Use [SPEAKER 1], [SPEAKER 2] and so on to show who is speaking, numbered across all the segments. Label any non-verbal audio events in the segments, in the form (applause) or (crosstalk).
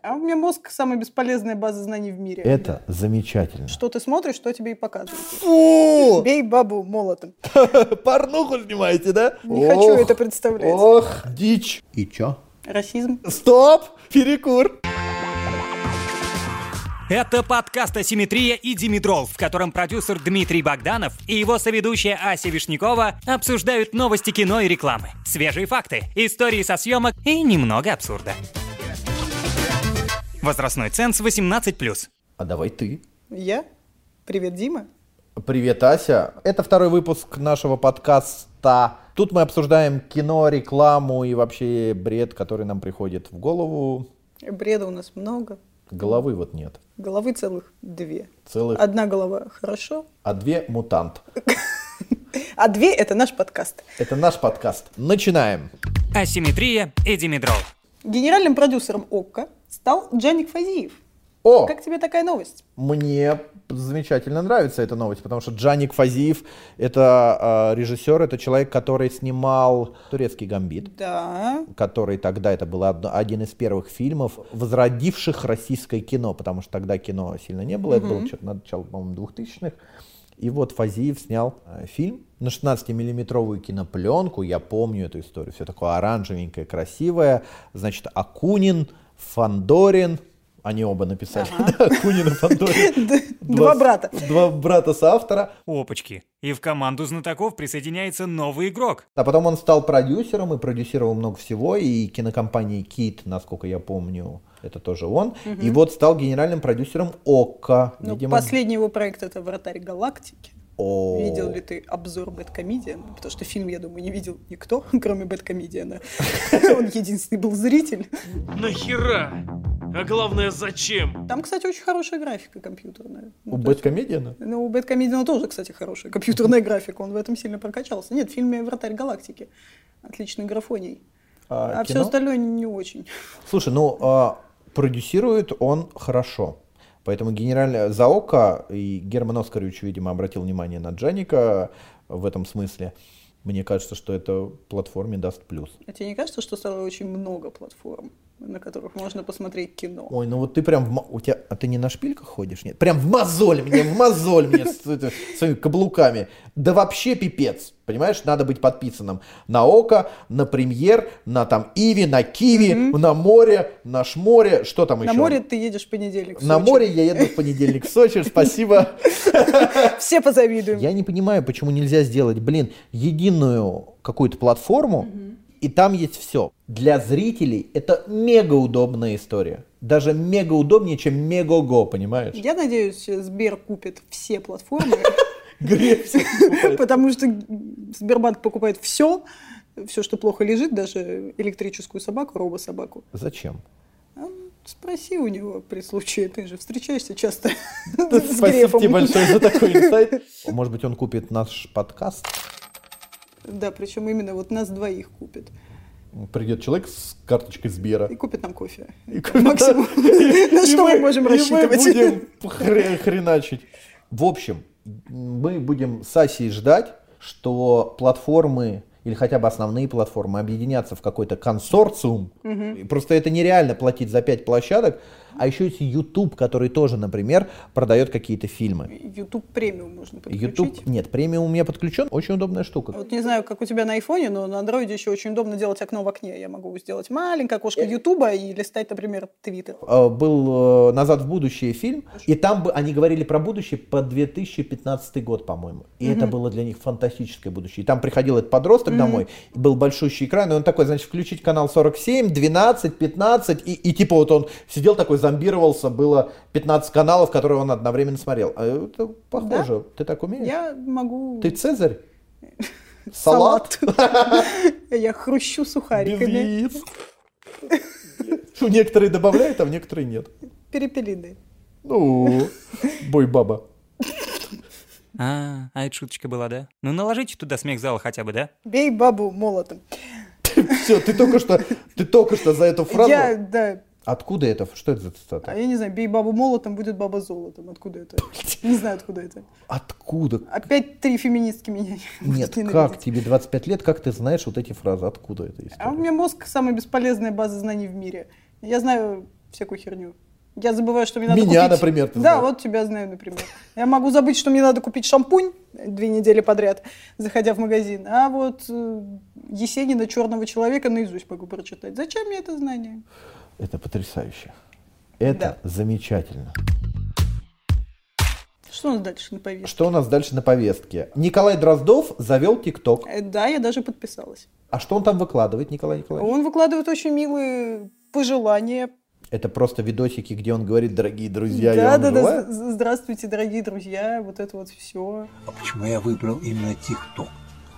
[SPEAKER 1] А у меня мозг самая бесполезная база знаний в мире.
[SPEAKER 2] Это замечательно.
[SPEAKER 1] Что ты смотришь, что тебе и показывают.
[SPEAKER 2] Фу! (laughs)
[SPEAKER 1] Бей бабу молотом.
[SPEAKER 2] Порнуху снимаете, да?
[SPEAKER 1] Не хочу
[SPEAKER 2] Ох,
[SPEAKER 1] это представлять.
[SPEAKER 2] Ох, дичь. И чё?
[SPEAKER 1] Расизм.
[SPEAKER 2] Стоп! Перекур!
[SPEAKER 3] Это подкаст «Асимметрия» и «Димитрол», в котором продюсер Дмитрий Богданов и его соведущая Ася Вишнякова обсуждают новости кино и рекламы, свежие факты, истории со съемок и немного абсурда. Возрастной ценз 18+.
[SPEAKER 2] А давай ты.
[SPEAKER 1] Я? Привет, Дима.
[SPEAKER 2] Привет, Ася. Это второй выпуск нашего подкаста. Тут мы обсуждаем кино, рекламу и вообще бред, который нам приходит в голову.
[SPEAKER 1] Бреда у нас много.
[SPEAKER 2] Головы вот нет.
[SPEAKER 1] Головы целых две.
[SPEAKER 2] Целых.
[SPEAKER 1] Одна голова хорошо,
[SPEAKER 2] А две мутант.
[SPEAKER 1] а две это наш подкаст.
[SPEAKER 2] Это наш подкаст. Начинаем.
[SPEAKER 3] «Асимметрия» и «Димитрол».
[SPEAKER 1] Генеральным продюсером ОККО стал Джаник Фазиев.
[SPEAKER 2] О,
[SPEAKER 1] Как тебе такая новость?
[SPEAKER 2] мне замечательно нравится эта новость, потому что Джаник Фазиев это э, режиссер, это человек, который снимал турецкий гамбит.
[SPEAKER 1] Да.
[SPEAKER 2] который тогда это был одно- один из первых фильмов, возродивших российское кино, потому что тогда кино сильно не было, это было чё-то на начало, по-моему, 2000-х. И вот Фазиев снял э, фильм на 16-миллиметровую кинопленку, я помню эту историю, все такое оранжевенькое, красивое, значит, Акунин, Фандорин, они оба написали, (laughs) да, Акунин
[SPEAKER 1] (laughs)
[SPEAKER 2] и Фандорин.
[SPEAKER 1] Два
[SPEAKER 2] с-
[SPEAKER 1] брата.
[SPEAKER 2] Два брата соавтора.
[SPEAKER 3] Опачки. И в команду знатоков присоединяется новый игрок.
[SPEAKER 2] А потом он стал продюсером и продюсировал много всего, и кинокомпании Кит, насколько я помню, это тоже он. И вот стал генеральным продюсером ОККО.
[SPEAKER 1] Ну,
[SPEAKER 2] Видимо,
[SPEAKER 1] последний его проект это «Вратарь галактики».
[SPEAKER 2] О.
[SPEAKER 1] Видел ли ты обзор Бэткомедиана? Потому что фильм, я думаю, не видел никто, (laughs) кроме
[SPEAKER 2] (laughs)
[SPEAKER 1] Бэткомедиана. Он единственный был зритель.
[SPEAKER 4] Нахера? А главное, зачем?
[SPEAKER 1] Там, кстати, очень хорошая графика компьютерная.
[SPEAKER 2] У Бэткомедиана?
[SPEAKER 1] Ну, у Бэткомедиана тоже, кстати, хорошая компьютерная графика. Он в этом сильно прокачался. Нет, в фильме «Вратарь галактики». Отличный графоний.
[SPEAKER 2] А,
[SPEAKER 1] А, все
[SPEAKER 2] кино?
[SPEAKER 1] остальное не очень.
[SPEAKER 2] Слушай, ну, а, продюсирует он хорошо. Поэтому генеральный за ОККО, и Герман Оскарович, видимо, обратил внимание на Джаника в этом смысле. Мне кажется, что это платформе даст плюс.
[SPEAKER 1] А тебе не кажется, что стало очень много платформ, на которых можно посмотреть кино?
[SPEAKER 2] Ой, ну вот ты прям, в ма- у тебя, а ты не на шпильках ходишь? Нет, прям в мозоль мне, в мозоль мне с, это- своими каблуками. Да вообще пипец, понимаешь? Надо быть подписанным на Око, на Премьер, на там Иви, на Киви, на море, на Шморе, что там
[SPEAKER 1] На
[SPEAKER 2] еще?
[SPEAKER 1] море ты едешь в понедельник. в
[SPEAKER 2] На
[SPEAKER 1] Сочи.
[SPEAKER 2] море я еду в понедельник в
[SPEAKER 1] (laughs)
[SPEAKER 2] Сочи, спасибо.
[SPEAKER 1] Все позавидуем.
[SPEAKER 2] Я не понимаю, почему нельзя сделать, блин, единую какую-то платформу, и там есть все. Для зрителей это мега удобная история. Даже мега удобнее, чем Мегого, понимаешь?
[SPEAKER 1] Я надеюсь, Сбер купит все
[SPEAKER 2] (laughs)
[SPEAKER 1] платформы,
[SPEAKER 2] Греф всё покупает.
[SPEAKER 1] потому что Сбербанк покупает все, все, что плохо лежит, даже электрическую собаку, робособаку.
[SPEAKER 2] Зачем?
[SPEAKER 1] А, Спроси у него при случае, ты же встречаешься часто (laughs) с
[SPEAKER 2] Спасибо тебе
[SPEAKER 1] Грефом.
[SPEAKER 2] большое за такой инсайт. Может быть, он купит наш подкаст?
[SPEAKER 1] Да, причем именно вот нас двоих купит.
[SPEAKER 2] Придет человек с карточкой Сбера.
[SPEAKER 1] И купит нам кофе.
[SPEAKER 2] И
[SPEAKER 1] Максимум, на
[SPEAKER 2] (laughs) И
[SPEAKER 1] что
[SPEAKER 2] мы-
[SPEAKER 1] мы можем
[SPEAKER 2] и Мы будем
[SPEAKER 1] (laughs) рассчитывать.
[SPEAKER 2] хре- хреначить. В общем, мы будем с Асей ждать, что платформы или хотя бы основные платформы объединятся в какой-то консорциум. И Просто это нереально платить за пять площадок. А еще есть YouTube, который тоже, например, продает какие-то фильмы.
[SPEAKER 1] YouTube премиум можно подключить.
[SPEAKER 2] YouTube, нет, премиум у меня подключен, очень удобная штука.
[SPEAKER 1] Вот не знаю, как у тебя на айфоне, но на андроиде еще очень удобно делать окно в окне. Я могу сделать маленькое окошко Ютуба и листать, например, твиттер.
[SPEAKER 2] Э, был э, «Назад в будущее» фильм, и там бы они говорили про будущее по 2015 год, по-моему. И это было для них фантастическое будущее. И там приходил этот подросток домой, был большущий экран, и он такой, значит, включить канал 47, 12, 15, и, и типа вот он сидел такой, зомбировался, было 15 каналов, которые он одновременно смотрел. А Это похоже. Ты так умеешь?
[SPEAKER 1] Я могу...
[SPEAKER 2] Ты Цезарь? Салат?
[SPEAKER 1] (laughs) Я хрущу
[SPEAKER 2] Без
[SPEAKER 1] сухариками.
[SPEAKER 2] яиц. (laughs) Ну, Некоторые добавляют, а в некоторые нет.
[SPEAKER 1] Перепелиной.
[SPEAKER 2] Ну, бой баба.
[SPEAKER 3] А, а это шуточка была, да? Ну наложите туда смех зала хотя бы, да?
[SPEAKER 1] Бей бабу молотом.
[SPEAKER 2] Все, ты только что, ты только что за эту фразу.
[SPEAKER 1] Я, да,
[SPEAKER 2] Откуда это? Что это за цитата?
[SPEAKER 1] а я не знаю, бей бабу молотом, будет баба золотом. Откуда
[SPEAKER 2] (laughs)
[SPEAKER 1] это? Не знаю, откуда это. (laughs)
[SPEAKER 2] Откуда?
[SPEAKER 1] Опять три феминистки меня (laughs)
[SPEAKER 2] Нет,
[SPEAKER 1] ненавидят.
[SPEAKER 2] как тебе 25 лет, как ты знаешь вот эти фразы? Откуда
[SPEAKER 1] А
[SPEAKER 2] это
[SPEAKER 1] у
[SPEAKER 2] история?
[SPEAKER 1] меня мозг самая бесполезная база знаний в мире. Я знаю всякую херню. Я забываю, что мне надо
[SPEAKER 2] Меня,
[SPEAKER 1] купить-
[SPEAKER 2] например, ты
[SPEAKER 1] Да,
[SPEAKER 2] знаешь.
[SPEAKER 1] вот тебя знаю, например. Я могу забыть, что мне надо купить шампунь две недели подряд, заходя в магазин, а вот э, Есенина «Черного человека» наизусть могу прочитать. Зачем мне это знание?
[SPEAKER 2] Это потрясающе. Это замечательно.
[SPEAKER 1] Что у нас дальше на повестке?
[SPEAKER 2] Что у нас дальше на повестке? Николай Дроздов завел ТикТок.
[SPEAKER 1] Э, Да, я даже подписалась.
[SPEAKER 2] А что он там выкладывает, Николай Николаевич?
[SPEAKER 1] Он выкладывает очень милые пожелания.
[SPEAKER 2] Это просто видосики, где он говорит, дорогие друзья, я
[SPEAKER 1] да,
[SPEAKER 2] вам
[SPEAKER 1] да, да.
[SPEAKER 2] желаю».
[SPEAKER 1] з- з- Здравствуйте, дорогие друзья. Вот это вот все.
[SPEAKER 5] А почему я выбрал именно ТикТок?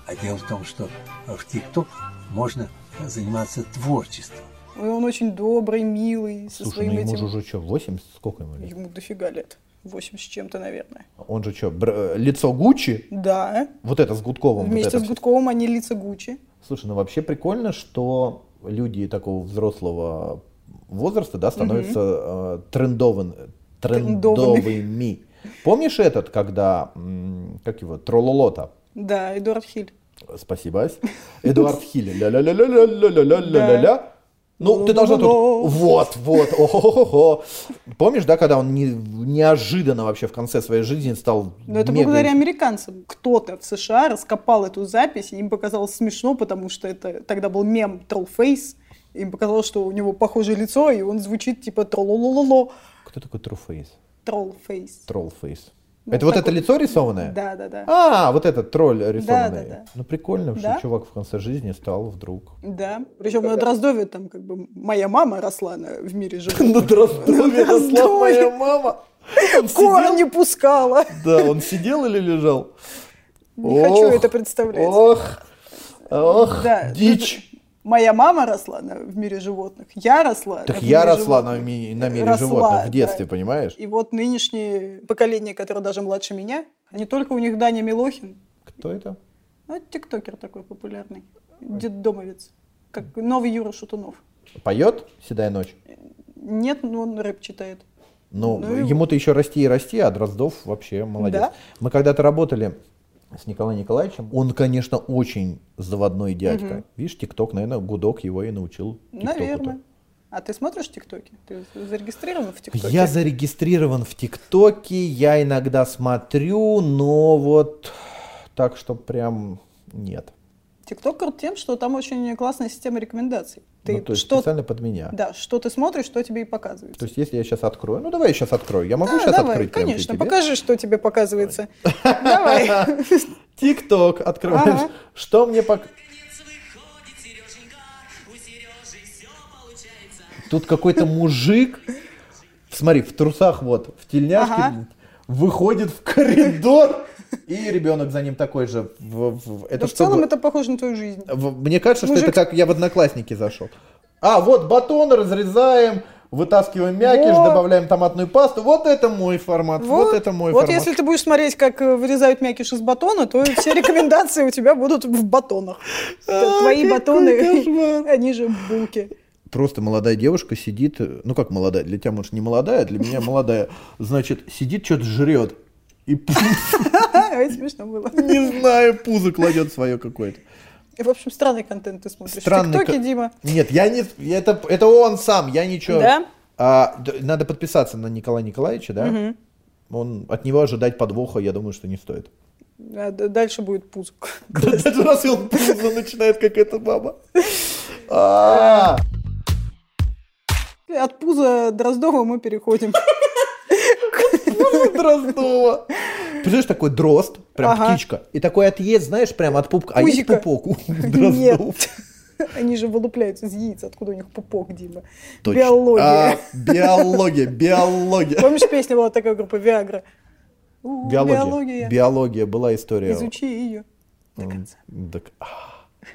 [SPEAKER 5] А дело в том, что в ТикТок можно заниматься творчеством.
[SPEAKER 1] И он очень добрый, милый, со
[SPEAKER 2] Слушай,
[SPEAKER 1] своим
[SPEAKER 2] ну ему
[SPEAKER 1] этим.
[SPEAKER 2] же уже что, 80? Сколько ему лет?
[SPEAKER 1] Ему дофига лет. Восемь с чем-то, наверное.
[SPEAKER 2] Он же что, э, лицо Гуччи?
[SPEAKER 1] Да.
[SPEAKER 2] Вот это с Гудковым. вот
[SPEAKER 1] Вместе
[SPEAKER 2] это
[SPEAKER 1] с
[SPEAKER 2] всё.
[SPEAKER 1] Гудковым они лица Гуччи.
[SPEAKER 2] Слушай, ну вообще прикольно, что люди такого взрослого возраста, да, становятся э, трендован- трендовыми. Помнишь этот, когда, м, как его, Трололота?
[SPEAKER 1] Да, Эдуард Хиль. (laughs)
[SPEAKER 2] Спасибо, Ась. Эдуард Хилли. Ля-ля-ля-ля-ля-ля-ля-ля-ля-ля. Ну, ты должна тут...
[SPEAKER 1] Лу-лу-лу.
[SPEAKER 2] Вот, вот, о Помнишь, да, когда он не- неожиданно вообще в конце своей жизни стал
[SPEAKER 1] Но Ну, это
[SPEAKER 2] мега-
[SPEAKER 1] благодаря американцам. Кто-то в США раскопал эту запись, и им показалось смешно, потому что это тогда был мем Trollface. Им показалось, что у него похожее лицо, и он звучит типа троллолололо.
[SPEAKER 2] Кто такой Труфейс?
[SPEAKER 1] Trollface.
[SPEAKER 2] Троллфейс.
[SPEAKER 1] Ну,
[SPEAKER 2] Это вот это
[SPEAKER 1] такой-
[SPEAKER 2] лицо рисованное?
[SPEAKER 1] Да, да, да.
[SPEAKER 2] А, вот этот тролль рисованный.
[SPEAKER 1] да.
[SPEAKER 2] Ну, прикольно, что
[SPEAKER 1] Да.
[SPEAKER 2] чувак в конце жизни стал вдруг... Ну,
[SPEAKER 1] Да. Причем на Дроздове там как бы моя мама росла на- в мире
[SPEAKER 2] (laughs)
[SPEAKER 1] живых.
[SPEAKER 2] На Дроздове
[SPEAKER 1] росла моя
[SPEAKER 2] мама.
[SPEAKER 1] Корни пускала.
[SPEAKER 2] Да, он сидел или лежал?
[SPEAKER 1] Не хочу
[SPEAKER 2] Ох,
[SPEAKER 1] это представлять.
[SPEAKER 2] Ох, ох,
[SPEAKER 1] Да,
[SPEAKER 2] дичь.
[SPEAKER 1] Моя мама росла на- в мире животных, я росла.
[SPEAKER 2] Так
[SPEAKER 1] в
[SPEAKER 2] я
[SPEAKER 1] мире
[SPEAKER 2] росла на,
[SPEAKER 1] животных.
[SPEAKER 2] ми- на мире
[SPEAKER 1] Росла,
[SPEAKER 2] животных в
[SPEAKER 1] да.
[SPEAKER 2] детстве, понимаешь?
[SPEAKER 1] И вот нынешнее поколение, которое даже младше меня, не только у них Даня Милохин,
[SPEAKER 2] Кто это?
[SPEAKER 1] ну, это тиктокер такой популярный, детдомовец, как новый Юра Шатунов.
[SPEAKER 2] Поет «Седая ночь»?
[SPEAKER 1] Нет, но он рэп читает.
[SPEAKER 2] Ну,
[SPEAKER 1] Ну, и-
[SPEAKER 2] ему-то еще расти и расти, а Дроздов вообще молодец.
[SPEAKER 1] Да.
[SPEAKER 2] Мы когда-то работали с Николаем Николаевичем. Он, конечно, очень заводной дядька. Видишь, ТикТок, наверное, гудок его и научил. тиктоку-то.
[SPEAKER 1] Наверное. А ты смотришь тиктоки? Ты зарегистрирован в тиктоке?
[SPEAKER 2] Я зарегистрирован в ТикТоке, я иногда смотрю, но вот так, что прям нет.
[SPEAKER 1] Тикток крут тем, что там очень классная система рекомендаций. Ты
[SPEAKER 2] ну, то есть
[SPEAKER 1] что,
[SPEAKER 2] специально под меня.
[SPEAKER 1] да, что ты смотришь, что тебе и показывается.
[SPEAKER 2] То есть, если я сейчас открою, ну давай я сейчас открою. Я могу
[SPEAKER 1] Да,
[SPEAKER 2] сейчас
[SPEAKER 1] А, давай,
[SPEAKER 2] открыть? прям при
[SPEAKER 1] конечно,
[SPEAKER 2] тебе?
[SPEAKER 1] покажи, что тебе показывается.
[SPEAKER 2] (laughs)
[SPEAKER 1] Давай.
[SPEAKER 2] ТикТок открываешь.
[SPEAKER 1] Ага.
[SPEAKER 2] Что мне пок... Тут какой-то мужик, смотри, в трусах вот, в тельняшке,
[SPEAKER 1] Ага.
[SPEAKER 2] блин, выходит в коридор, и ребенок за ним такой же. В- в-
[SPEAKER 1] Да
[SPEAKER 2] Это
[SPEAKER 1] в
[SPEAKER 2] что
[SPEAKER 1] целом
[SPEAKER 2] было?
[SPEAKER 1] это похоже на твою жизнь.
[SPEAKER 2] В- Мне кажется, что это
[SPEAKER 1] Мужик-
[SPEAKER 2] как я в Одноклассники зашел. А, вот батон разрезаем, вытаскиваем мякиш,
[SPEAKER 1] Во.
[SPEAKER 2] добавляем томатную пасту. Вот это мой формат, вот, это мой
[SPEAKER 1] вот
[SPEAKER 2] формат.
[SPEAKER 1] если ты будешь смотреть, как э, вырезают мякиш из батона, то все рекомендации у тебя будут в батонах.
[SPEAKER 2] А,
[SPEAKER 1] Т- Твои батоны, они же булки. (laughs)
[SPEAKER 2] Просто молодая девушка сидит, э, ну как молодая, для тебя, может, не молодая, для меня молодая, значит, сидит, что-то жрет. И пу-
[SPEAKER 1] Ой, смешно было.
[SPEAKER 2] не знаю, пузо кладет свое какое-то.
[SPEAKER 1] В общем, странный контент ты смотришь.
[SPEAKER 2] Странный
[SPEAKER 1] в ТикТоке,
[SPEAKER 2] ко-
[SPEAKER 1] Дима.
[SPEAKER 2] Нет, я не... Это, это он сам, я ничего...
[SPEAKER 1] Да?
[SPEAKER 2] А, д- надо подписаться на Николая Николаевича, да? Он, от него ожидать подвоха, я думаю, что не стоит.
[SPEAKER 1] А д- Дальше будет пузок.
[SPEAKER 2] (laughs) Даже раз он пузо начинает, как эта баба. А,
[SPEAKER 1] (laughs) От пуза Дроздова мы
[SPEAKER 2] (laughs)
[SPEAKER 1] переходим.
[SPEAKER 2] Дроздова. Представляешь, такой дрозд, прям
[SPEAKER 1] Ага.
[SPEAKER 2] птичка. И такой отъезд, знаешь, прям от пупка. А есть
[SPEAKER 1] Пузико.
[SPEAKER 2] пупок у
[SPEAKER 1] (laughs)
[SPEAKER 2] дроздов?
[SPEAKER 1] Нет. Они же вылупляются из яиц. Откуда у них пупок, Дима?
[SPEAKER 2] Точно. А,
[SPEAKER 1] Биология.
[SPEAKER 2] Биология,
[SPEAKER 1] (laughs)
[SPEAKER 2] биология.
[SPEAKER 1] Помнишь, песня была такая группа Виагра? У,
[SPEAKER 2] Биология. Биология, была история.
[SPEAKER 1] Изучи ее до конца.
[SPEAKER 2] Так, а,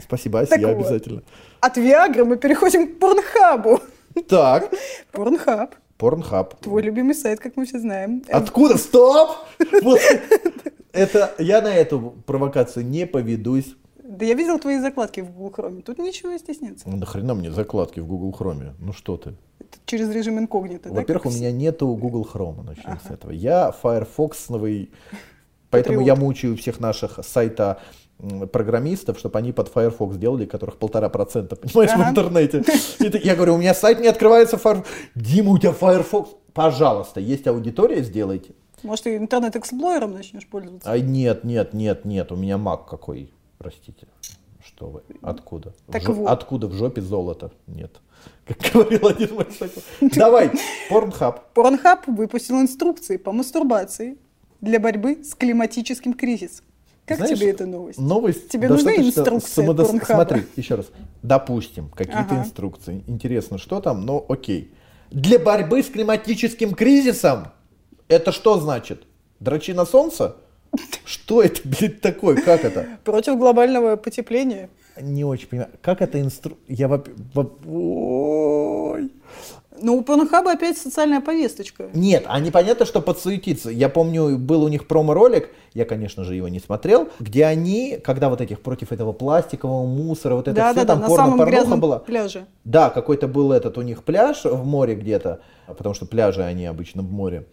[SPEAKER 2] Спасибо, Ася,
[SPEAKER 1] Так
[SPEAKER 2] я
[SPEAKER 1] вот.
[SPEAKER 2] обязательно.
[SPEAKER 1] От Виагры мы переходим к Порнхабу. (laughs)
[SPEAKER 2] Так,
[SPEAKER 1] Порнхаб.
[SPEAKER 2] Порнхаб.
[SPEAKER 1] Твой любимый сайт, как мы все знаем. Э,
[SPEAKER 2] Откуда? Стоп! Вот Это я на эту провокацию не поведусь.
[SPEAKER 1] Да я видел твои закладки в Google Chrome. Тут нечего стесняться.
[SPEAKER 2] Ну, Нахрена мне закладки в Google Chrome? Ну что ты?
[SPEAKER 1] Это через режим инкогнито. да,
[SPEAKER 2] Во-первых,
[SPEAKER 1] как
[SPEAKER 2] у
[SPEAKER 1] все?
[SPEAKER 2] меня нету Google Chrome, ну, начнем
[SPEAKER 1] (laughs)
[SPEAKER 2] с этого. Я Firefox новый, поэтому
[SPEAKER 1] Патриот.
[SPEAKER 2] я мучаю всех наших сайта м, программистов, чтобы они под Firefox делали, которых полтора процента, понимаешь, в
[SPEAKER 1] Ага. (laughs)
[SPEAKER 2] интернете. И ты- я говорю, у меня сайт не открывается, Firefox. Дима, у тебя Firefox. Пожалуйста, есть аудитория, сделайте.
[SPEAKER 1] Может, ты интернет-эксплойером начнешь пользоваться?
[SPEAKER 2] А нет, нет, нет, нет, у меня маг какой, простите. Что вы? Откуда? В
[SPEAKER 1] Так
[SPEAKER 2] жо-
[SPEAKER 1] вот.
[SPEAKER 2] Откуда в жопе золото? Нет. Как (laughs) говорил один мой знакомый.
[SPEAKER 1] (laughs)
[SPEAKER 2] Давай, порнхаб.
[SPEAKER 1] Порнхаб выпустил инструкции по мастурбации для борьбы с климатическим кризисом. Как
[SPEAKER 2] Знаешь,
[SPEAKER 1] тебе эта новость?
[SPEAKER 2] Новость.
[SPEAKER 1] Тебе нужны
[SPEAKER 2] достаточно
[SPEAKER 1] инструкции от
[SPEAKER 2] самодос-
[SPEAKER 1] Порнхаба?
[SPEAKER 2] Смотри, еще раз. Допустим, какие-то
[SPEAKER 1] Ага.
[SPEAKER 2] инструкции. Интересно, что там, но окей. Для борьбы с климатическим кризисом это что значит? Дрочи на солнце? Что это, блядь, такое? Как это?
[SPEAKER 1] Против глобального потепления.
[SPEAKER 2] Не очень понимаю. Как это инстру... Я воп... воп- Ой.
[SPEAKER 1] Но Ну, у Порнхаба опять социальная повесточка.
[SPEAKER 2] Нет, а непонятно, что подсуетиться. Я помню, был у них промо-ролик, я, конечно же, его не смотрел, где они, когда вот этих против этого пластикового мусора, вот это
[SPEAKER 1] Да,
[SPEAKER 2] все,
[SPEAKER 1] да, да,
[SPEAKER 2] там
[SPEAKER 1] на
[SPEAKER 2] порно
[SPEAKER 1] самом
[SPEAKER 2] порнуха
[SPEAKER 1] грязном
[SPEAKER 2] была.
[SPEAKER 1] пляже.
[SPEAKER 2] Да, какой-то был этот у них пляж в море где-то, потому что пляжи они обычно в море.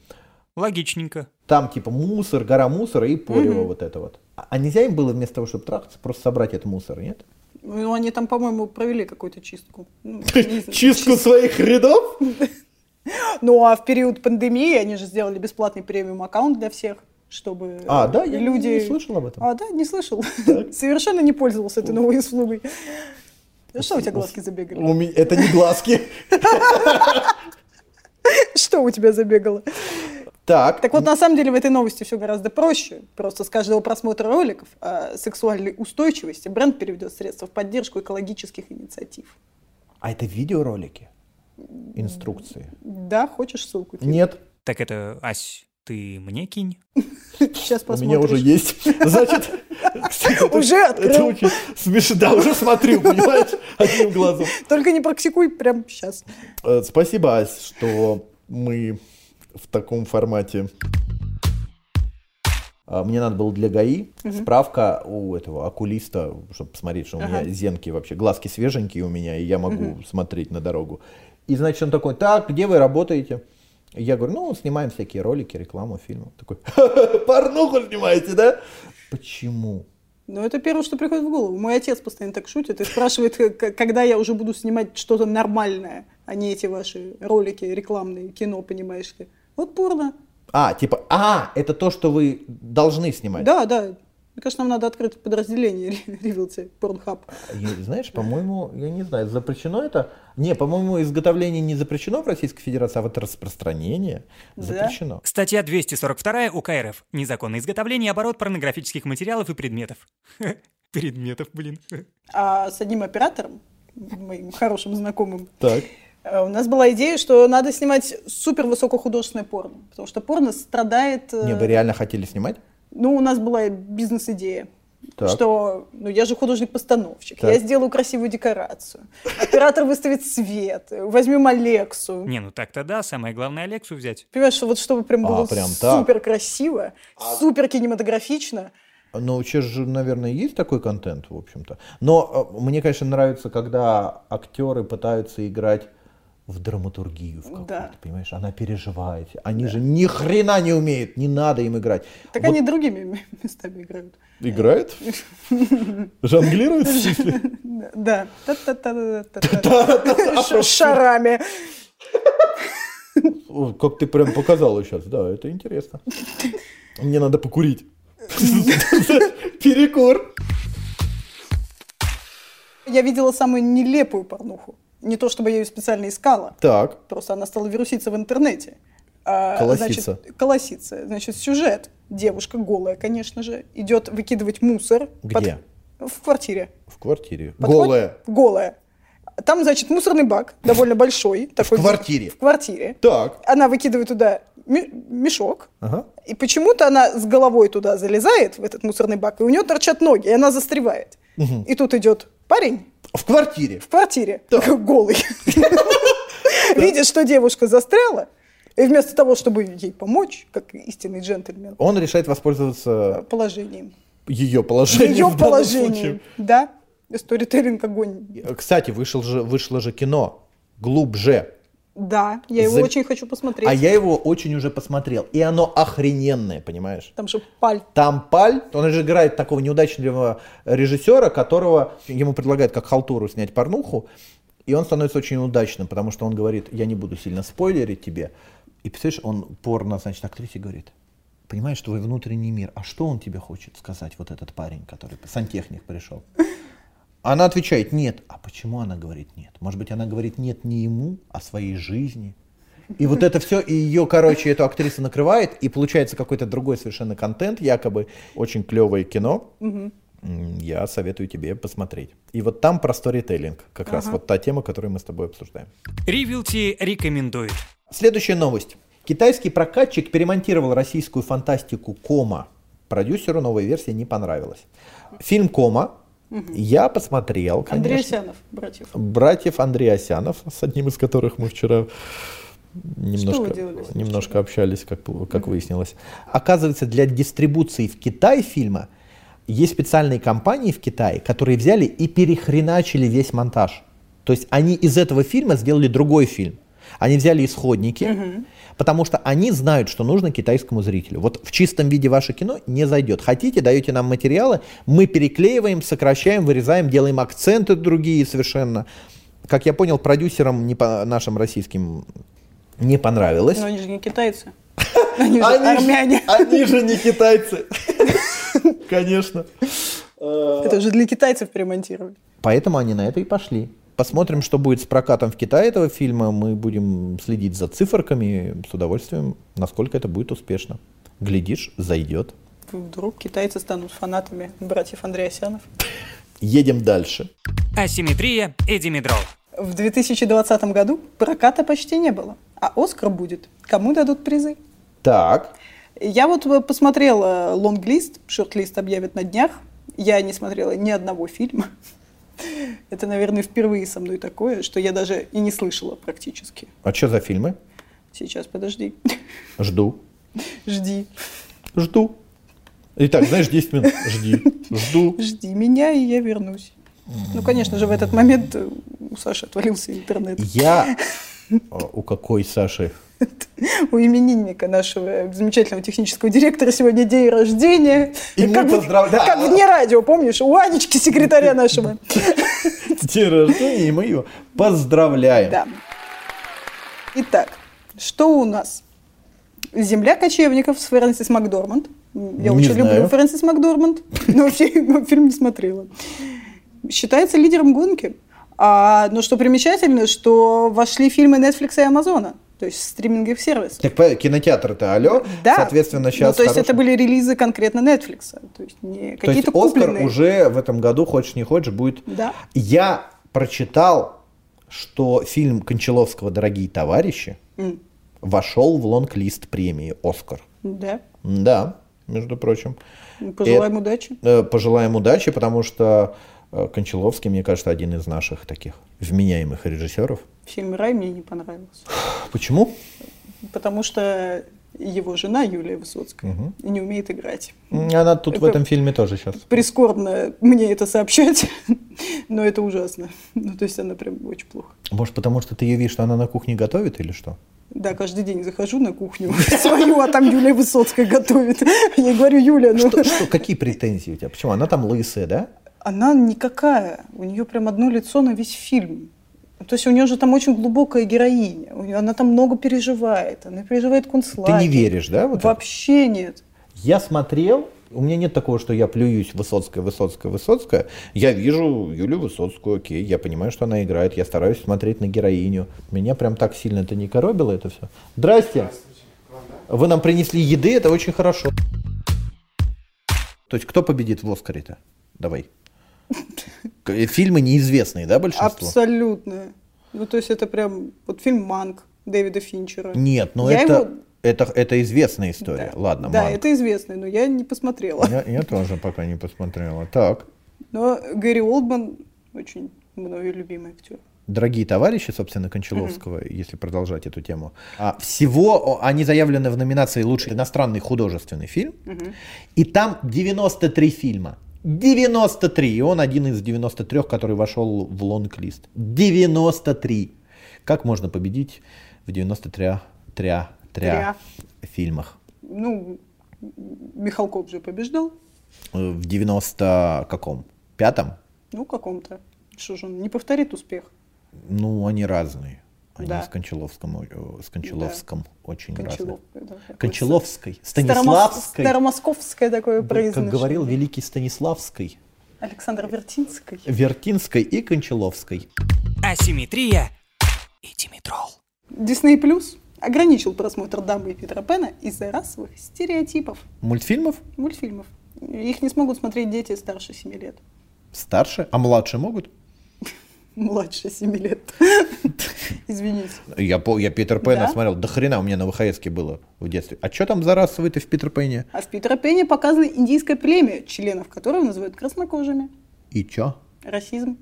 [SPEAKER 3] Логичненько.
[SPEAKER 2] Там типа мусор, гора мусора и порево вот это вот. А а нельзя им было вместо того, чтобы трахаться, просто собрать этот мусор, нет?
[SPEAKER 1] Ну, они там, по-моему, провели какую-то чистку.
[SPEAKER 2] (laughs)
[SPEAKER 1] Ну, не знаю.
[SPEAKER 2] своих рядов?
[SPEAKER 1] Ну, а в период пандемии они же сделали бесплатный премиум-аккаунт для всех, чтобы
[SPEAKER 2] А, да,
[SPEAKER 1] э,
[SPEAKER 2] я
[SPEAKER 1] люди...
[SPEAKER 2] не слышал об этом.
[SPEAKER 1] А, да, не слышал. (laughs) Совершенно не пользовался этой новой услугой. Ну, Что у тебя глазки забегали?
[SPEAKER 2] У меня- Это не
[SPEAKER 1] (laughs)
[SPEAKER 2] глазки.
[SPEAKER 1] Что у тебя забегало?
[SPEAKER 2] Так,
[SPEAKER 1] Так вот, на самом деле, в этой новости все гораздо проще. Просто с каждого просмотра роликов о сексуальной устойчивости бренд переведет средства в поддержку экологических инициатив.
[SPEAKER 2] а это видеоролики? Инструкции?
[SPEAKER 1] Да, хочешь ссылку?
[SPEAKER 2] Нет,
[SPEAKER 3] Так это, Ась, ты мне кинь?
[SPEAKER 1] Сейчас
[SPEAKER 2] у
[SPEAKER 1] посмотрим.
[SPEAKER 2] меня уже есть. (laughs) Значит, кстати, это-
[SPEAKER 1] Уже
[SPEAKER 2] Это
[SPEAKER 1] открыл.
[SPEAKER 2] очень смешно. Да, уже смотрю, понимаешь, одним глазом.
[SPEAKER 1] Только не практикуй прямо сейчас.
[SPEAKER 2] Э, Спасибо, Ась, что мы в таком формате. А, Мне надо было для ГАИ справка у этого окулиста, чтобы посмотреть, что у меня зенки вообще, глазки свеженькие у меня, и я могу смотреть на дорогу. И значит, он такой, так, где вы работаете? И Я говорю, ну, снимаем всякие ролики, рекламу, фильмы. Он Такой, (laughs) порнуху снимаете, да? Почему?
[SPEAKER 1] Ну, это первое, что приходит в голову. Мой отец постоянно так шутит и спрашивает, к- к- когда я уже буду снимать что-то нормальное, а не эти ваши ролики рекламные, кино, понимаешь ли. Вот порно.
[SPEAKER 2] А, типа, а, это то, что вы должны снимать.
[SPEAKER 1] Да, да. Мне кажется, нам надо открыть подразделение ре- ревелте, порнхаб.
[SPEAKER 2] Я- Знаешь, по-моему, я не знаю, запрещено это? Не, по-моему, изготовление не запрещено в Российской Федерации, а вот распространение
[SPEAKER 1] Да.
[SPEAKER 2] запрещено.
[SPEAKER 3] Статья 242 УК РФ. Незаконное изготовление и оборот порнографических материалов и предметов. (laughs) Предметов, блин.
[SPEAKER 1] А с одним оператором, моим хорошим знакомым,
[SPEAKER 2] Так.
[SPEAKER 1] э, у нас была идея, что надо снимать супер высокохудожественное порно, потому что порно страдает... э,
[SPEAKER 2] Не, вы реально хотели снимать?
[SPEAKER 1] Ну, у нас была бизнес-идея.
[SPEAKER 2] Так.
[SPEAKER 1] Что, ну я же художник-постановщик,
[SPEAKER 2] Так.
[SPEAKER 1] я сделаю красивую декорацию, оператор выставит свет, возьмем Алексу.
[SPEAKER 3] Не, ну так-то да, самое главное Алексу взять.
[SPEAKER 1] Понимаешь, что вот чтобы прям
[SPEAKER 2] А,
[SPEAKER 1] было
[SPEAKER 2] прям так.
[SPEAKER 1] супер красиво, супер кинематографично.
[SPEAKER 2] Ну, сейчас же, наверное, есть такой контент, в общем-то. Но э, мне, конечно, нравится, когда актеры пытаются играть в драматургию в какую-то,
[SPEAKER 1] Да.
[SPEAKER 2] понимаешь? Она переживает. Они же ни хрена не умеют, не надо им играть.
[SPEAKER 1] Так
[SPEAKER 2] Вот
[SPEAKER 1] они другими м- местами играют.
[SPEAKER 2] Играет?
[SPEAKER 1] (laughs)
[SPEAKER 2] Жонглирует? в смысле?
[SPEAKER 1] Да. Та-та-та-та-та-та. Ш- Шарами.
[SPEAKER 2] О, Как ты прям показала сейчас, да, это интересно. Мне надо покурить. Перекур.
[SPEAKER 1] Я видела самую нелепую порнуху. Не то чтобы я ее специально искала.
[SPEAKER 2] Так,
[SPEAKER 1] Просто она стала вируситься в интернете. А,
[SPEAKER 2] Колоситься.
[SPEAKER 1] Значит, колоситься. Значит, сюжет. Девушка голая, конечно же, идет выкидывать мусор.
[SPEAKER 2] Где?
[SPEAKER 1] под- В квартире.
[SPEAKER 2] в квартире.
[SPEAKER 1] Подходит-
[SPEAKER 2] Голая.
[SPEAKER 1] Голая. Там, значит, мусорный бак, довольно большой. такой-
[SPEAKER 2] квартире?
[SPEAKER 1] В квартире.
[SPEAKER 2] Так.
[SPEAKER 1] Она выкидывает туда ми- мешок.
[SPEAKER 2] Ага.
[SPEAKER 1] И почему-то она с головой туда залезает, в этот мусорный бак, и у нее торчат ноги, и она застревает. И тут идет парень,
[SPEAKER 2] В квартире.
[SPEAKER 1] в квартире,
[SPEAKER 2] (laughs)
[SPEAKER 1] голый. Видя, что девушка застряла, и вместо того, чтобы ей помочь, как истинный джентльмен,
[SPEAKER 2] Он решает воспользоваться
[SPEAKER 1] положением.
[SPEAKER 2] ее положением.
[SPEAKER 1] Ее
[SPEAKER 2] в данном
[SPEAKER 1] положением. Да. Сторителлинг огонь.
[SPEAKER 2] случае. Кстати, вышел же, вышло же кино. Глубже.
[SPEAKER 1] Да, я его
[SPEAKER 2] За-
[SPEAKER 1] очень хочу посмотреть.
[SPEAKER 2] А я его очень уже посмотрел. И оно охрененное, понимаешь?
[SPEAKER 1] Там же паль.
[SPEAKER 2] Там Паль, он же играет такого неудачного режиссера, которого ему предлагают как халтуру снять порнуху, и он становится очень удачным, потому что он говорит, я не буду сильно спойлерить тебе. И представляешь, он порно, значит, актрисе говорит, понимаешь, твой внутренний мир, а что он тебе хочет сказать, вот этот парень, который сантехник пришел? Она отвечает нет. А почему она говорит нет? Может быть, она говорит нет не ему, а своей жизни. И вот это все, и ее, короче, эту актрису накрывает, и получается какой-то другой совершенно контент, якобы очень клевое кино. М, Я советую тебе посмотреть. И вот там про сторителлинг, как раз вот та тема, которую мы с тобой обсуждаем.
[SPEAKER 3] Ривилти рекомендует.
[SPEAKER 2] Следующая новость. Китайский прокатчик перемонтировал российскую фантастику «Кома». Продюсеру новая версия не понравилась. Фильм «Кома» я посмотрел, конечно.
[SPEAKER 1] Андрей Сянов, братьев.
[SPEAKER 2] братьев Андреасянов, с одним из которых мы вчера
[SPEAKER 1] вы
[SPEAKER 2] немножко,
[SPEAKER 1] делали с ним
[SPEAKER 2] немножко общались, как, пол- как выяснилось. Оказывается, для дистрибуции в Китае фильма есть специальные компании в Китае, которые взяли и перехреначили весь монтаж. То есть они из этого фильма сделали другой фильм. Они взяли исходники, потому что они знают, что нужно китайскому зрителю. Вот в чистом виде ваше кино не зайдет. Хотите, даете нам материалы, мы переклеиваем, сокращаем, вырезаем, делаем акценты другие совершенно. Как я понял, продюсерам не по- нашим российским не понравилось.
[SPEAKER 1] Но они же не
[SPEAKER 2] (laughs)
[SPEAKER 1] китайцы. Они же
[SPEAKER 2] Они ж- а-
[SPEAKER 1] армяне.
[SPEAKER 2] они же не китайцы. Конечно.
[SPEAKER 1] Это же для китайцев перемонтировали.
[SPEAKER 2] Поэтому они на это и пошли. Посмотрим, что будет с прокатом в Китае этого фильма. Мы будем следить за циферками с удовольствием, насколько это будет успешно. Глядишь, зайдет.
[SPEAKER 1] Вдруг китайцы станут фанатами братьев Андреасянов.
[SPEAKER 2] Едем дальше.
[SPEAKER 3] Асимметрия и Димедрол.
[SPEAKER 1] В 2020 году проката почти не было, а Оскар будет. Кому дадут призы?
[SPEAKER 2] Так,
[SPEAKER 1] Я вот э, посмотрела лонглист, шортлист объявят на днях. Я не смотрела ни одного фильма. (laughs) Это, наверное, впервые со мной такое, что я даже и не слышала практически.
[SPEAKER 2] а что за фильмы?
[SPEAKER 1] Сейчас, подожди. (laughs)
[SPEAKER 2] Жду.
[SPEAKER 1] Жди.
[SPEAKER 2] Жду. Итак, знаешь, 10 минут. Жди. Жду.
[SPEAKER 1] Жди меня, и я вернусь. Ну, конечно же, в этот момент э, у Саши отвалился интернет.
[SPEAKER 2] Я... О, У какой Саши?
[SPEAKER 1] У именинника нашего замечательного технического директора сегодня день рождения.
[SPEAKER 2] И мы
[SPEAKER 1] как, в-
[SPEAKER 2] поздравляем.
[SPEAKER 1] как в дне радио, помнишь? У Анечки,
[SPEAKER 2] (laughs)
[SPEAKER 1] секретаря нашего.
[SPEAKER 2] День рождения, и мы его поздравляем.
[SPEAKER 1] Да. Итак, что у нас? Земля кочевников с Фрэнсис Макдорманд. Я
[SPEAKER 2] Не
[SPEAKER 1] очень
[SPEAKER 2] знаю.
[SPEAKER 1] люблю Фрэнсис Макдорманд, но вообще (laughs) его фильм не смотрела. Считается лидером гонки. А, но что примечательно, что вошли фильмы Netflix и Амазона, то есть стриминговых сервисов.
[SPEAKER 2] Так, по- кинотеатр-то алло.
[SPEAKER 1] Да.
[SPEAKER 2] Соответственно, сейчас...
[SPEAKER 1] Ну, то есть это были релизы конкретно Netflix. а, То есть не
[SPEAKER 2] То есть
[SPEAKER 1] какие-то
[SPEAKER 2] Оскар
[SPEAKER 1] купленные.
[SPEAKER 2] уже в этом году, хочешь не хочешь, будет...
[SPEAKER 1] Да.
[SPEAKER 2] Я прочитал, что фильм Кончаловского «Дорогие товарищи»
[SPEAKER 1] М,
[SPEAKER 2] вошел в лонг-лист премии «Оскар».
[SPEAKER 1] Да.
[SPEAKER 2] Да, между прочим.
[SPEAKER 1] Пожелаем удачи.
[SPEAKER 2] Э, Пожелаем удачи, потому что э, Кончаловский, мне кажется, один из наших таких вменяемых режиссеров.
[SPEAKER 1] Фильм «Рай» мне не понравился.
[SPEAKER 2] Почему?
[SPEAKER 1] Потому что его жена Юлия Высоцкая не умеет играть.
[SPEAKER 2] М, Она тут в
[SPEAKER 1] Это-
[SPEAKER 2] этом фильме тоже сейчас.
[SPEAKER 1] Прискорбно мне это сообщать, (laughs) но это ужасно. Ну, то есть она прям очень плохо.
[SPEAKER 2] Может, потому что ты ее видишь, что она на кухне готовит или что?
[SPEAKER 1] Да, каждый день захожу на кухню (laughs) свою, а там Юлия Высоцкая готовит. Я ей говорю, Юля, ну...
[SPEAKER 2] Что- что- какие претензии у тебя? Почему? Она там лысая, да?
[SPEAKER 1] Она никакая. У нее прям одно лицо на весь фильм. То есть у нее же там очень глубокая героиня. У нее, она там много переживает. Она переживает
[SPEAKER 2] Ты
[SPEAKER 1] концлагерь.
[SPEAKER 2] не веришь, да? вот это?
[SPEAKER 1] Вообще нет.
[SPEAKER 2] Я смотрел, у меня нет такого, что я плююсь Высоцкая, Высоцкая, Высоцкая. Я вижу Юлю Высоцкую, окей, я понимаю, что она играет, я стараюсь смотреть на героиню. Меня прям так сильно это не коробило это все. Здрасте! Вы нам принесли еды, это очень хорошо. То есть кто победит в Оскаре-то? Давай. К- э, Фильмы неизвестные, да, большинство?
[SPEAKER 1] Абсолютно. Ну, то есть это прям вот фильм «Манк» Дэвида Финчера.
[SPEAKER 2] Нет, ну
[SPEAKER 1] Я
[SPEAKER 2] это,
[SPEAKER 1] его-
[SPEAKER 2] это, это известная история.
[SPEAKER 1] Да.
[SPEAKER 2] Ладно,
[SPEAKER 1] Да,
[SPEAKER 2] Манк.
[SPEAKER 1] это известный, но я не посмотрела.
[SPEAKER 2] я, я тоже пока не посмотрела. Так.
[SPEAKER 1] Но Гэри Олдман очень мною любимый актер.
[SPEAKER 2] дорогие товарищи, собственно, Кончаловского, если продолжать эту тему, а, всего о, они заявлены в номинации «Лучший иностранный художественный фильм». И там 93 фильма. 93! И он один из 93, который вошел в лонг-лист. 93! Как можно победить в 93 тря, тря
[SPEAKER 1] Тря.
[SPEAKER 2] фильмах?
[SPEAKER 1] Ну, Михалков же побеждал.
[SPEAKER 2] Э, В 90 каком? Пятом?
[SPEAKER 1] Ну, каком-то. Что же он не повторит успех?
[SPEAKER 2] Ну, они разные. Они
[SPEAKER 1] Да.
[SPEAKER 2] с Кончаловском, э, с Кончаловском очень
[SPEAKER 1] Кончалов.
[SPEAKER 2] разные.
[SPEAKER 1] да, такой
[SPEAKER 2] Кончаловской,
[SPEAKER 1] старомос-
[SPEAKER 2] Станиславской.
[SPEAKER 1] Старомосковское такое
[SPEAKER 2] Как
[SPEAKER 1] произношение.
[SPEAKER 2] говорил великий Станиславской,
[SPEAKER 1] Александр Вертинский.
[SPEAKER 2] Вертинской и Кончаловской.
[SPEAKER 3] Асимметрия и Димитрол.
[SPEAKER 1] Дисней Плюс ограничил просмотр Дамбы и Питера Пэна из-за расовых стереотипов
[SPEAKER 2] Мультфильмов
[SPEAKER 1] мультфильмов. Их не смогут смотреть дети старше 7 лет.
[SPEAKER 2] старше, а младше могут?
[SPEAKER 1] Младше 7 лет. (laughs) Извините.
[SPEAKER 2] Я, по- я Питер Пэна
[SPEAKER 1] Да?
[SPEAKER 2] смотрел, до хрена у меня на ВХСке было в детстве. А что там за расовый-то в Питер Пэне?
[SPEAKER 1] А в Питера Пене показана индийская племя, членов которого называют краснокожими.
[SPEAKER 2] И чё?
[SPEAKER 1] Расизм.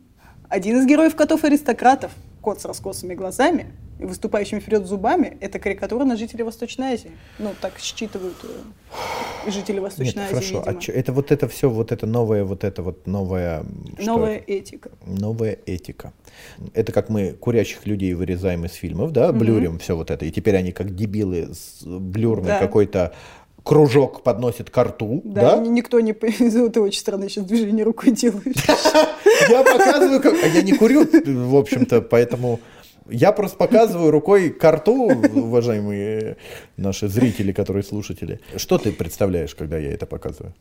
[SPEAKER 1] Один из героев котов-аристократов, кот с раскосыми глазами и выступающими вперед зубами, это карикатура на жителей Восточной Азии. Ну, так считывают э, жители
[SPEAKER 2] Нет,
[SPEAKER 1] Восточной Азии,
[SPEAKER 2] хорошо, а
[SPEAKER 1] видимо.
[SPEAKER 2] чё- это вот это все, вот это новое, вот это вот новое... м, что
[SPEAKER 1] Новая
[SPEAKER 2] это?
[SPEAKER 1] этика.
[SPEAKER 2] Новая этика. Это как мы курящих людей вырезаем из фильмов, да, блюрим все вот это. И теперь они как дебилы, с блюрный
[SPEAKER 1] Да.
[SPEAKER 2] какой-то кружок подносят к рту,
[SPEAKER 1] Да,
[SPEAKER 2] да?
[SPEAKER 1] ни- никто не... (laughs) по- Ты очень странно сейчас движение рукой
[SPEAKER 2] (laughs)
[SPEAKER 1] делаешь.
[SPEAKER 2] Я показываю, как... а Я не курю, в общем-то, поэтому... Я просто показываю рукой карту, уважаемые наши зрители, которые слушатели. Что ты представляешь, когда я это показываю?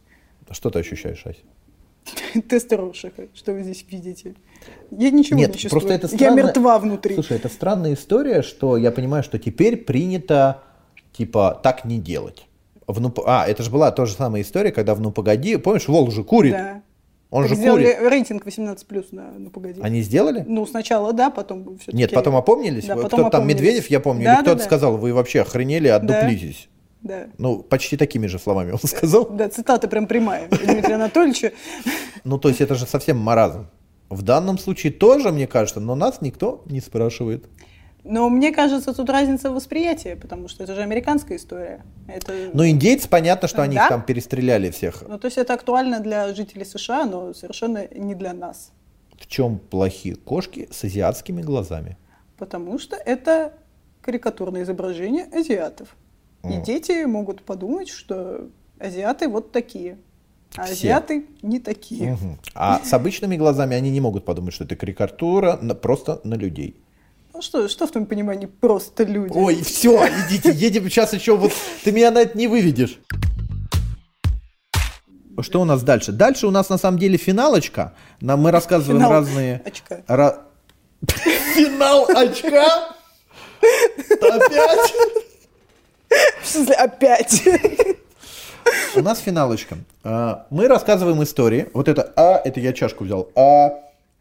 [SPEAKER 2] Что ты ощущаешь, Ася?
[SPEAKER 1] Тестер Рошиха, что вы здесь видите? Я ничего не
[SPEAKER 2] Нет,
[SPEAKER 1] чувствую.
[SPEAKER 2] просто это
[SPEAKER 1] Я
[SPEAKER 2] странно-
[SPEAKER 1] мертва внутри.
[SPEAKER 2] Слушай, это странная история, что я понимаю, что теперь принято, типа, так не делать. В «Ну п- А, это же была та же самая история, когда в «Ну погоди», помнишь, Волк же курит,
[SPEAKER 1] Да.
[SPEAKER 2] он
[SPEAKER 1] Так
[SPEAKER 2] же
[SPEAKER 1] сделали
[SPEAKER 2] курит.
[SPEAKER 1] рейтинг 18 плюс на ну погоди.
[SPEAKER 2] Они сделали?
[SPEAKER 1] Ну, сначала да, потом все
[SPEAKER 2] Нет, потом опомнились?
[SPEAKER 1] Да,
[SPEAKER 2] Вот
[SPEAKER 1] потом
[SPEAKER 2] кто-то там,
[SPEAKER 1] опомнились.
[SPEAKER 2] Медведев, я помню,
[SPEAKER 1] Да,
[SPEAKER 2] или
[SPEAKER 1] да,
[SPEAKER 2] кто-то
[SPEAKER 1] да.
[SPEAKER 2] сказал, вы вообще охренели, отдуплитесь.
[SPEAKER 1] Да.
[SPEAKER 2] Ну, почти такими же словами он сказал.
[SPEAKER 1] Да, цитата прям прямая у Дмитрия Анатольевича.
[SPEAKER 2] Ну, то есть это же совсем маразм. В данном случае тоже, мне кажется, но нас никто не спрашивает.
[SPEAKER 1] Но мне кажется, тут разница в восприятии, потому что это же американская история. Это...
[SPEAKER 2] Ну, индейцы, понятно, что они их
[SPEAKER 1] Да.
[SPEAKER 2] там перестреляли всех.
[SPEAKER 1] Ну, то есть это актуально для жителей США, но совершенно не для нас.
[SPEAKER 2] В чем плохие кошки с азиатскими глазами?
[SPEAKER 1] Потому что это карикатурное изображение азиатов. И
[SPEAKER 2] Мгм.
[SPEAKER 1] дети могут подумать, что азиаты вот такие, а
[SPEAKER 2] Все.
[SPEAKER 1] азиаты не такие.
[SPEAKER 2] Мгм. А с обычными глазами они не могут подумать, что это карикатура на- просто на людей.
[SPEAKER 1] Ну что, что в том понимании просто люди?
[SPEAKER 2] Ой, все, идите, едем сейчас еще, вот ты меня на это не выведешь. Что у нас дальше? Дальше у нас на самом деле финалочка. Нам мы рассказываем
[SPEAKER 1] Финал
[SPEAKER 2] разные...
[SPEAKER 1] очка.
[SPEAKER 2] Ра- (laughs) Финал очка? Опять?
[SPEAKER 1] В смысле, опять?
[SPEAKER 2] У нас финалочка. А, Мы рассказываем истории. Вот это А, это я чашку взял. А.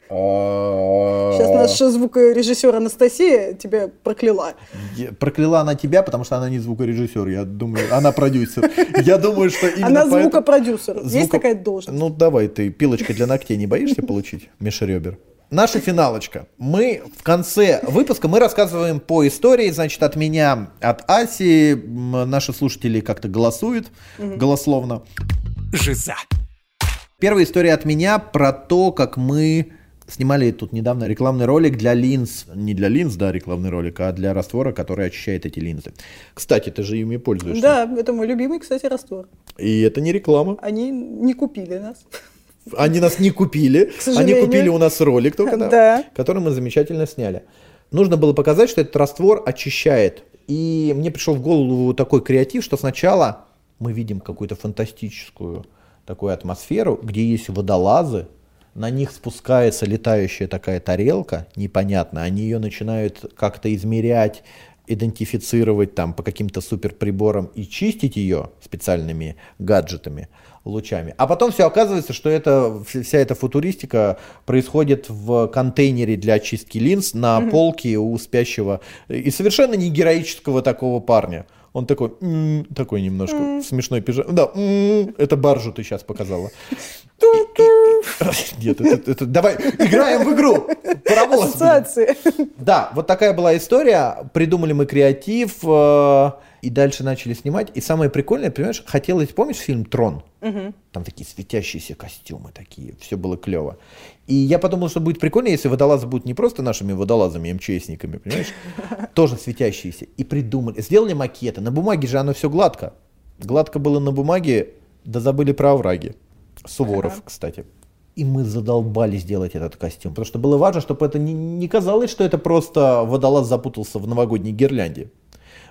[SPEAKER 1] Сейчас
[SPEAKER 2] а.
[SPEAKER 1] наша звукорежиссер Анастасия тебя прокляла.
[SPEAKER 2] Я- Прокляла она тебя, потому что она не звукорежиссер, я думаю, она продюсер. Я думаю, что именно
[SPEAKER 1] Она
[SPEAKER 2] поэтому-
[SPEAKER 1] звукопродюсер. Есть
[SPEAKER 2] Звуко-
[SPEAKER 1] такая должность?
[SPEAKER 2] Ну давай, ты пилочкой для ногтей не боишься получить, Миша Ребер? Наша финалочка. Мы в конце выпуска мы рассказываем по истории, значит, от меня, от Аси. М, Наши слушатели как-то голосуют, голословно.
[SPEAKER 3] Жиза.
[SPEAKER 2] Первая история от меня про то, как мы снимали тут недавно рекламный ролик для линз. Не для линз, да, рекламный ролик, а для раствора, который очищает эти линзы. Кстати, ты же ими пользуешься.
[SPEAKER 1] Да, это мой любимый, кстати, раствор.
[SPEAKER 2] И это не реклама.
[SPEAKER 1] Они не купили нас. (laughs)
[SPEAKER 2] Они нас не купили. Они
[SPEAKER 1] сожалению.
[SPEAKER 2] купили у нас ролик только, да,
[SPEAKER 1] Да.
[SPEAKER 2] который мы замечательно сняли. Нужно было показать, что этот раствор очищает. И мне пришел в голову такой креатив, что сначала мы видим какую-то фантастическую такую атмосферу, где есть водолазы, на них спускается летающая такая тарелка, непонятно, они ее начинают как-то измерять, идентифицировать там по каким-то суперприборам и чистить ее специальными гаджетами, лучами. А потом все оказывается, что это, вс- вся эта футуристика происходит в контейнере для очистки линз на полке у спящего и совершенно не героического такого парня. Он такой, «М», такой «М-м-м», немножко в смешной пижаме. Да, «М», это баржу ты сейчас показала. И- и- (laughs) Нет, это- это- давай играем в игру. Паровоз. блин.
[SPEAKER 1] Ассоциации.
[SPEAKER 2] Да, вот такая была история. Придумали мы креатив э, и дальше начали снимать. И самое прикольное, понимаешь, хотелось, помнишь фильм Трон? Там такие светящиеся костюмы такие, все было клево. И я подумал, что будет прикольно, если водолазы будут не просто нашими водолазами, МЧСниками, понимаешь, тоже светящиеся. И придумали, сделали макеты. На бумаге же оно все гладко. Гладко было на бумаге, да забыли про овраги. Суворов, кстати. И мы задолбались делать этот костюм, потому что было важно, чтобы это не, не казалось, что это просто водолаз запутался в новогодней гирлянде.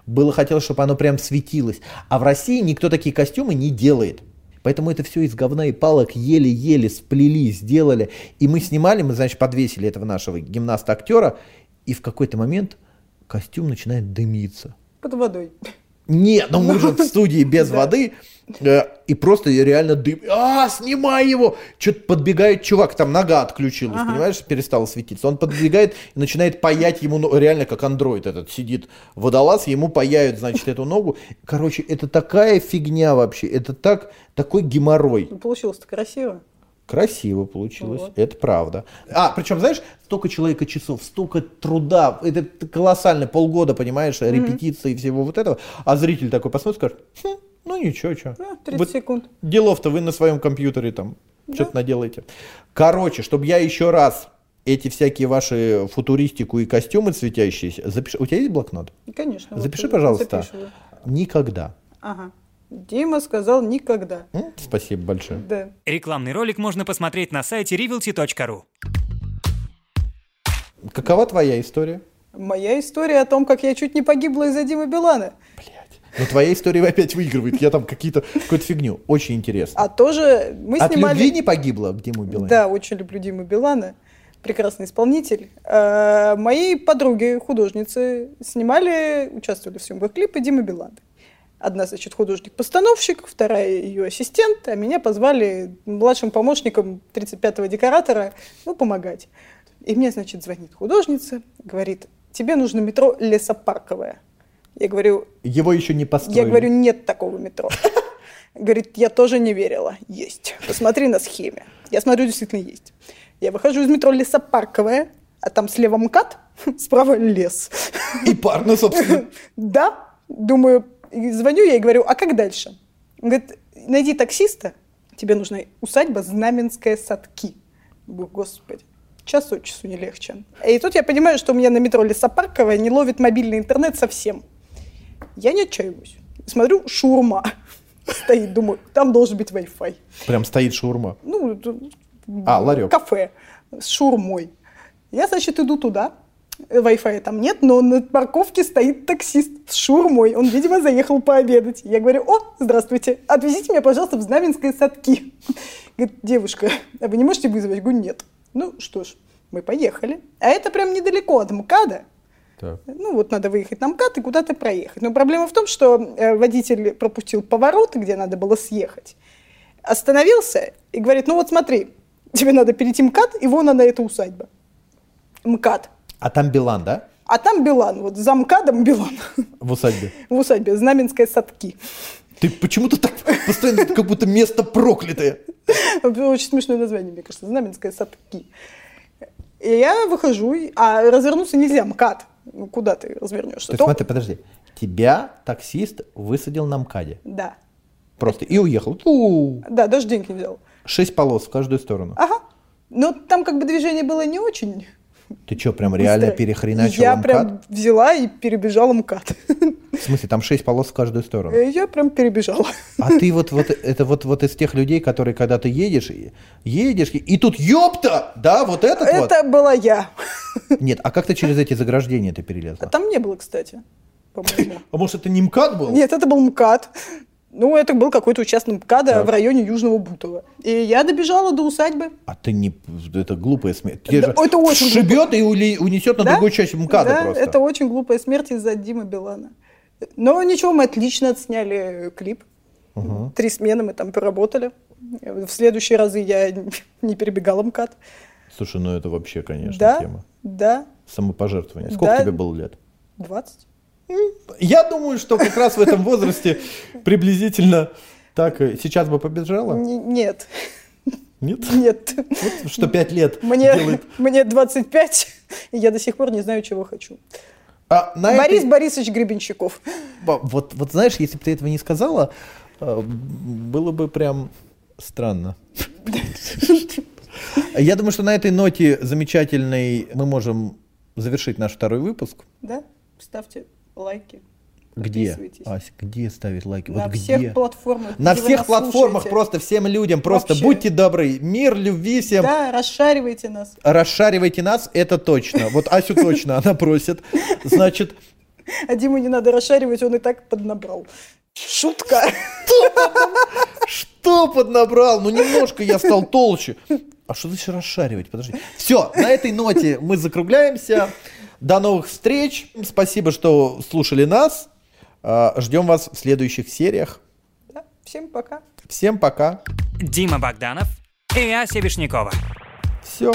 [SPEAKER 2] Было хотелось, чтобы оно прям светилось. А в России никто такие костюмы не делает. Поэтому это все из говна и палок еле-еле сплели, сделали. И мы снимали, мы, значит, подвесили этого нашего гимнаста-актера, и в какой-то момент костюм начинает дымиться.
[SPEAKER 1] (laughs) Под водой.
[SPEAKER 2] Нет, ну мы же в студии без воды. э, И просто реально дым. А, снимай его! Что-то подбегает чувак, там нога отключилась, понимаешь, перестала светиться. Он подбегает и начинает паять ему, ну, реально как андроид этот сидит водолаз, ему паяют, значит, эту ногу. Короче, это такая фигня вообще, это так, такой геморрой.
[SPEAKER 1] Ну, Получилось-то красиво.
[SPEAKER 2] Красиво получилось,
[SPEAKER 1] Вот.
[SPEAKER 2] это правда. А, причем, знаешь, столько человека часов, столько труда, это колоссально, полгода, понимаешь, репетиции и всего вот этого, а зритель такой посмотрит, скажет, «Хм, ну ничего, что.
[SPEAKER 1] Ну, 30 секунд.
[SPEAKER 2] Делов-то вы на своем компьютере там что-то наделаете. Короче, чтобы я еще раз эти всякие ваши футуристику и костюмы светящиеся, запиши, у тебя есть блокнот?
[SPEAKER 1] И, конечно. вот
[SPEAKER 2] Запиши,
[SPEAKER 1] я
[SPEAKER 2] пожалуйста.
[SPEAKER 1] запишу, да.
[SPEAKER 2] Никогда.
[SPEAKER 1] Ага. Дима сказал никогда.
[SPEAKER 2] М? Спасибо большое.
[SPEAKER 1] Да.
[SPEAKER 3] Рекламный ролик можно посмотреть на сайте rivelty.ru.
[SPEAKER 2] Какова твоя история?
[SPEAKER 1] Моя история о том, как я чуть не погибла из-за Димы Билана.
[SPEAKER 2] Блядь. Но твоя история опять выигрывает. Я там какие-то какую-то фигню. Очень интересно.
[SPEAKER 1] А тоже мы
[SPEAKER 2] От
[SPEAKER 1] снимали...
[SPEAKER 2] любви не погибла Дима Билан?
[SPEAKER 1] Да, очень люблю Диму Билана. Прекрасный исполнитель. Э, Мои подруги, художницы, снимали, участвовали в съемках клипа Димы Билана. Одна, значит, художник-постановщик, вторая ее ассистент, а меня позвали младшим помощником 35-го декоратора, ну, помогать. И мне, значит, звонит художница, говорит, тебе нужно метро Лесопарковое. Я говорю,
[SPEAKER 2] Его еще не построили.
[SPEAKER 1] я говорю, нет такого метро. Говорит, я тоже не верила. Есть. Посмотри на схеме. Я смотрю, действительно есть. Я выхожу из метро Лесопарковая, а там слева МКАД, (laughs) справа лес.
[SPEAKER 2] И пар, ну, собственно.
[SPEAKER 1] Да, думаю, и звоню я и говорю, а как дальше? Он говорит, найди таксиста, тебе нужна усадьба Знаменская Садки. Думаю, Господи, час от часу не легче. И тут я понимаю, что у меня на метро Лесопарковая не ловит мобильный интернет совсем. Я не отчаиваюсь. Смотрю, шурма (laughs) стоит, думаю, там должен быть Wi-Fi.
[SPEAKER 2] Прям стоит шаурма.
[SPEAKER 1] Ну, тут
[SPEAKER 2] А, ларек.
[SPEAKER 1] кафе с шурмой. Я, значит, иду туда. Wi-Fi там нет, но на парковке стоит таксист с шурмой. Он, видимо, заехал пообедать. Я говорю, о, здравствуйте, отвезите меня, пожалуйста, в Знаменское садки. Говорит, девушка, а вы не можете вызвать? Говорю, нет. Ну, что ж, мы поехали. А это прям недалеко от МКАДа.
[SPEAKER 2] Так.
[SPEAKER 1] Ну, вот надо выехать на МКАД и куда-то проехать. Но проблема в том, что э, водитель пропустил поворот, где надо было съехать, остановился и говорит, ну вот смотри, тебе надо перейти МКАД, и вон она, эта усадьба. МКАД.
[SPEAKER 2] А там Билан, да?
[SPEAKER 1] А там Билан, вот за МКАДом Билан. (laughs)
[SPEAKER 2] В усадьбе.
[SPEAKER 1] В усадьбе Знаменская садки. (laughs)
[SPEAKER 2] Ты почему-то так постоянно, как будто место проклятое.
[SPEAKER 1] Очень смешное название, мне кажется, Знаменская садки. И я выхожу, и- а развернуться нельзя, МКАД. Ну, куда ты развернешься?
[SPEAKER 2] Ты
[SPEAKER 1] То-
[SPEAKER 2] смотри, подожди. Тебя таксист высадил на МКАДе.
[SPEAKER 1] Да.
[SPEAKER 2] Просто. И уехал. Ту.
[SPEAKER 1] Да, даже деньги не взял.
[SPEAKER 2] Шесть полос в каждую сторону.
[SPEAKER 1] Ага. Но там как бы движение было не очень.
[SPEAKER 2] Ты что, прям реально
[SPEAKER 1] быстрое.
[SPEAKER 2] перехреначил
[SPEAKER 1] Я
[SPEAKER 2] МКАД?
[SPEAKER 1] прям взяла и перебежала
[SPEAKER 2] (laughs)
[SPEAKER 1] МКАД. Э,
[SPEAKER 2] В смысле, там шесть полос в каждую сторону.
[SPEAKER 1] Я прям перебежала.
[SPEAKER 2] А ты вот, вот это вот, вот из тех людей, которые когда ты едешь, и- едешь, и- и тут ёпта! Да, вот этот
[SPEAKER 1] Это была я.
[SPEAKER 2] вот. Нет, а как ты через эти заграждения ты
[SPEAKER 1] А
[SPEAKER 2] перелезла?
[SPEAKER 1] там не было, кстати,
[SPEAKER 2] (laughs)
[SPEAKER 1] по-моему.
[SPEAKER 2] А может, это не МКАД был?
[SPEAKER 1] Нет, это был МКАД. Ну, это был какой-то участок МКАДа
[SPEAKER 2] Так.
[SPEAKER 1] в районе Южного Бутова. И я добежала до усадьбы.
[SPEAKER 2] А ты не... Это глупая смерть. Тебе
[SPEAKER 1] Да,
[SPEAKER 2] же
[SPEAKER 1] это очень
[SPEAKER 2] шибет и ули- унесет на
[SPEAKER 1] Да?
[SPEAKER 2] другую часть МКАДа
[SPEAKER 1] Да,
[SPEAKER 2] просто.
[SPEAKER 1] это очень глупая смерть из-за Димы Билана. Но ничего, мы отлично отсняли клип. Три смены мы там поработали. В следующие разы я (laughs) не перебегала МКАД.
[SPEAKER 2] Слушай, ну это вообще, конечно,
[SPEAKER 1] да,
[SPEAKER 2] тема.
[SPEAKER 1] да,
[SPEAKER 2] Самопожертвование. Сколько
[SPEAKER 1] Да.
[SPEAKER 2] тебе было лет?
[SPEAKER 1] 20.
[SPEAKER 2] Я думаю, что как раз в этом э, возрасте приблизительно так... и- Сейчас бы побежала?
[SPEAKER 1] Н- нет. (laughs)
[SPEAKER 2] Нет?
[SPEAKER 1] Нет.
[SPEAKER 2] Что пять лет
[SPEAKER 1] Мне,
[SPEAKER 2] делает.
[SPEAKER 1] мне 25, и я до сих пор не знаю, чего хочу.
[SPEAKER 2] А, на этой-
[SPEAKER 1] Борис Борисович Гребенщиков.
[SPEAKER 2] Ба- Вот, вот знаешь, если бы ты этого не сказала, э, было бы прям странно. Я думаю, что на этой ноте замечательной мы можем завершить наш второй выпуск.
[SPEAKER 1] Да? Ставьте лайки.
[SPEAKER 2] Где?
[SPEAKER 1] Подписывайтесь.
[SPEAKER 2] Ась, где ставить лайки?
[SPEAKER 1] На
[SPEAKER 2] вот
[SPEAKER 1] всех
[SPEAKER 2] где?
[SPEAKER 1] платформах.
[SPEAKER 2] На
[SPEAKER 1] где вы
[SPEAKER 2] всех
[SPEAKER 1] нас
[SPEAKER 2] платформах
[SPEAKER 1] слушаете.
[SPEAKER 2] просто всем людям просто
[SPEAKER 1] Вообще.
[SPEAKER 2] будьте добры, мир, любви всем.
[SPEAKER 1] Да, расшаривайте нас.
[SPEAKER 2] Расшаривайте нас, это точно. Вот Асю точно она просит. Значит,
[SPEAKER 1] А Диму не надо расшаривать, он и так поднабрал. Шутка.
[SPEAKER 2] Что поднабрал? Ну немножко я стал толще. А что значит расшаривать? Подожди. Все, на этой ноте мы закругляемся. До новых встреч. Спасибо, что слушали нас. А, Ждем вас в следующих сериях.
[SPEAKER 1] Да, Всем пока.
[SPEAKER 2] Всем пока.
[SPEAKER 3] Дима Богданов и Ася Вишнякова.
[SPEAKER 2] Все.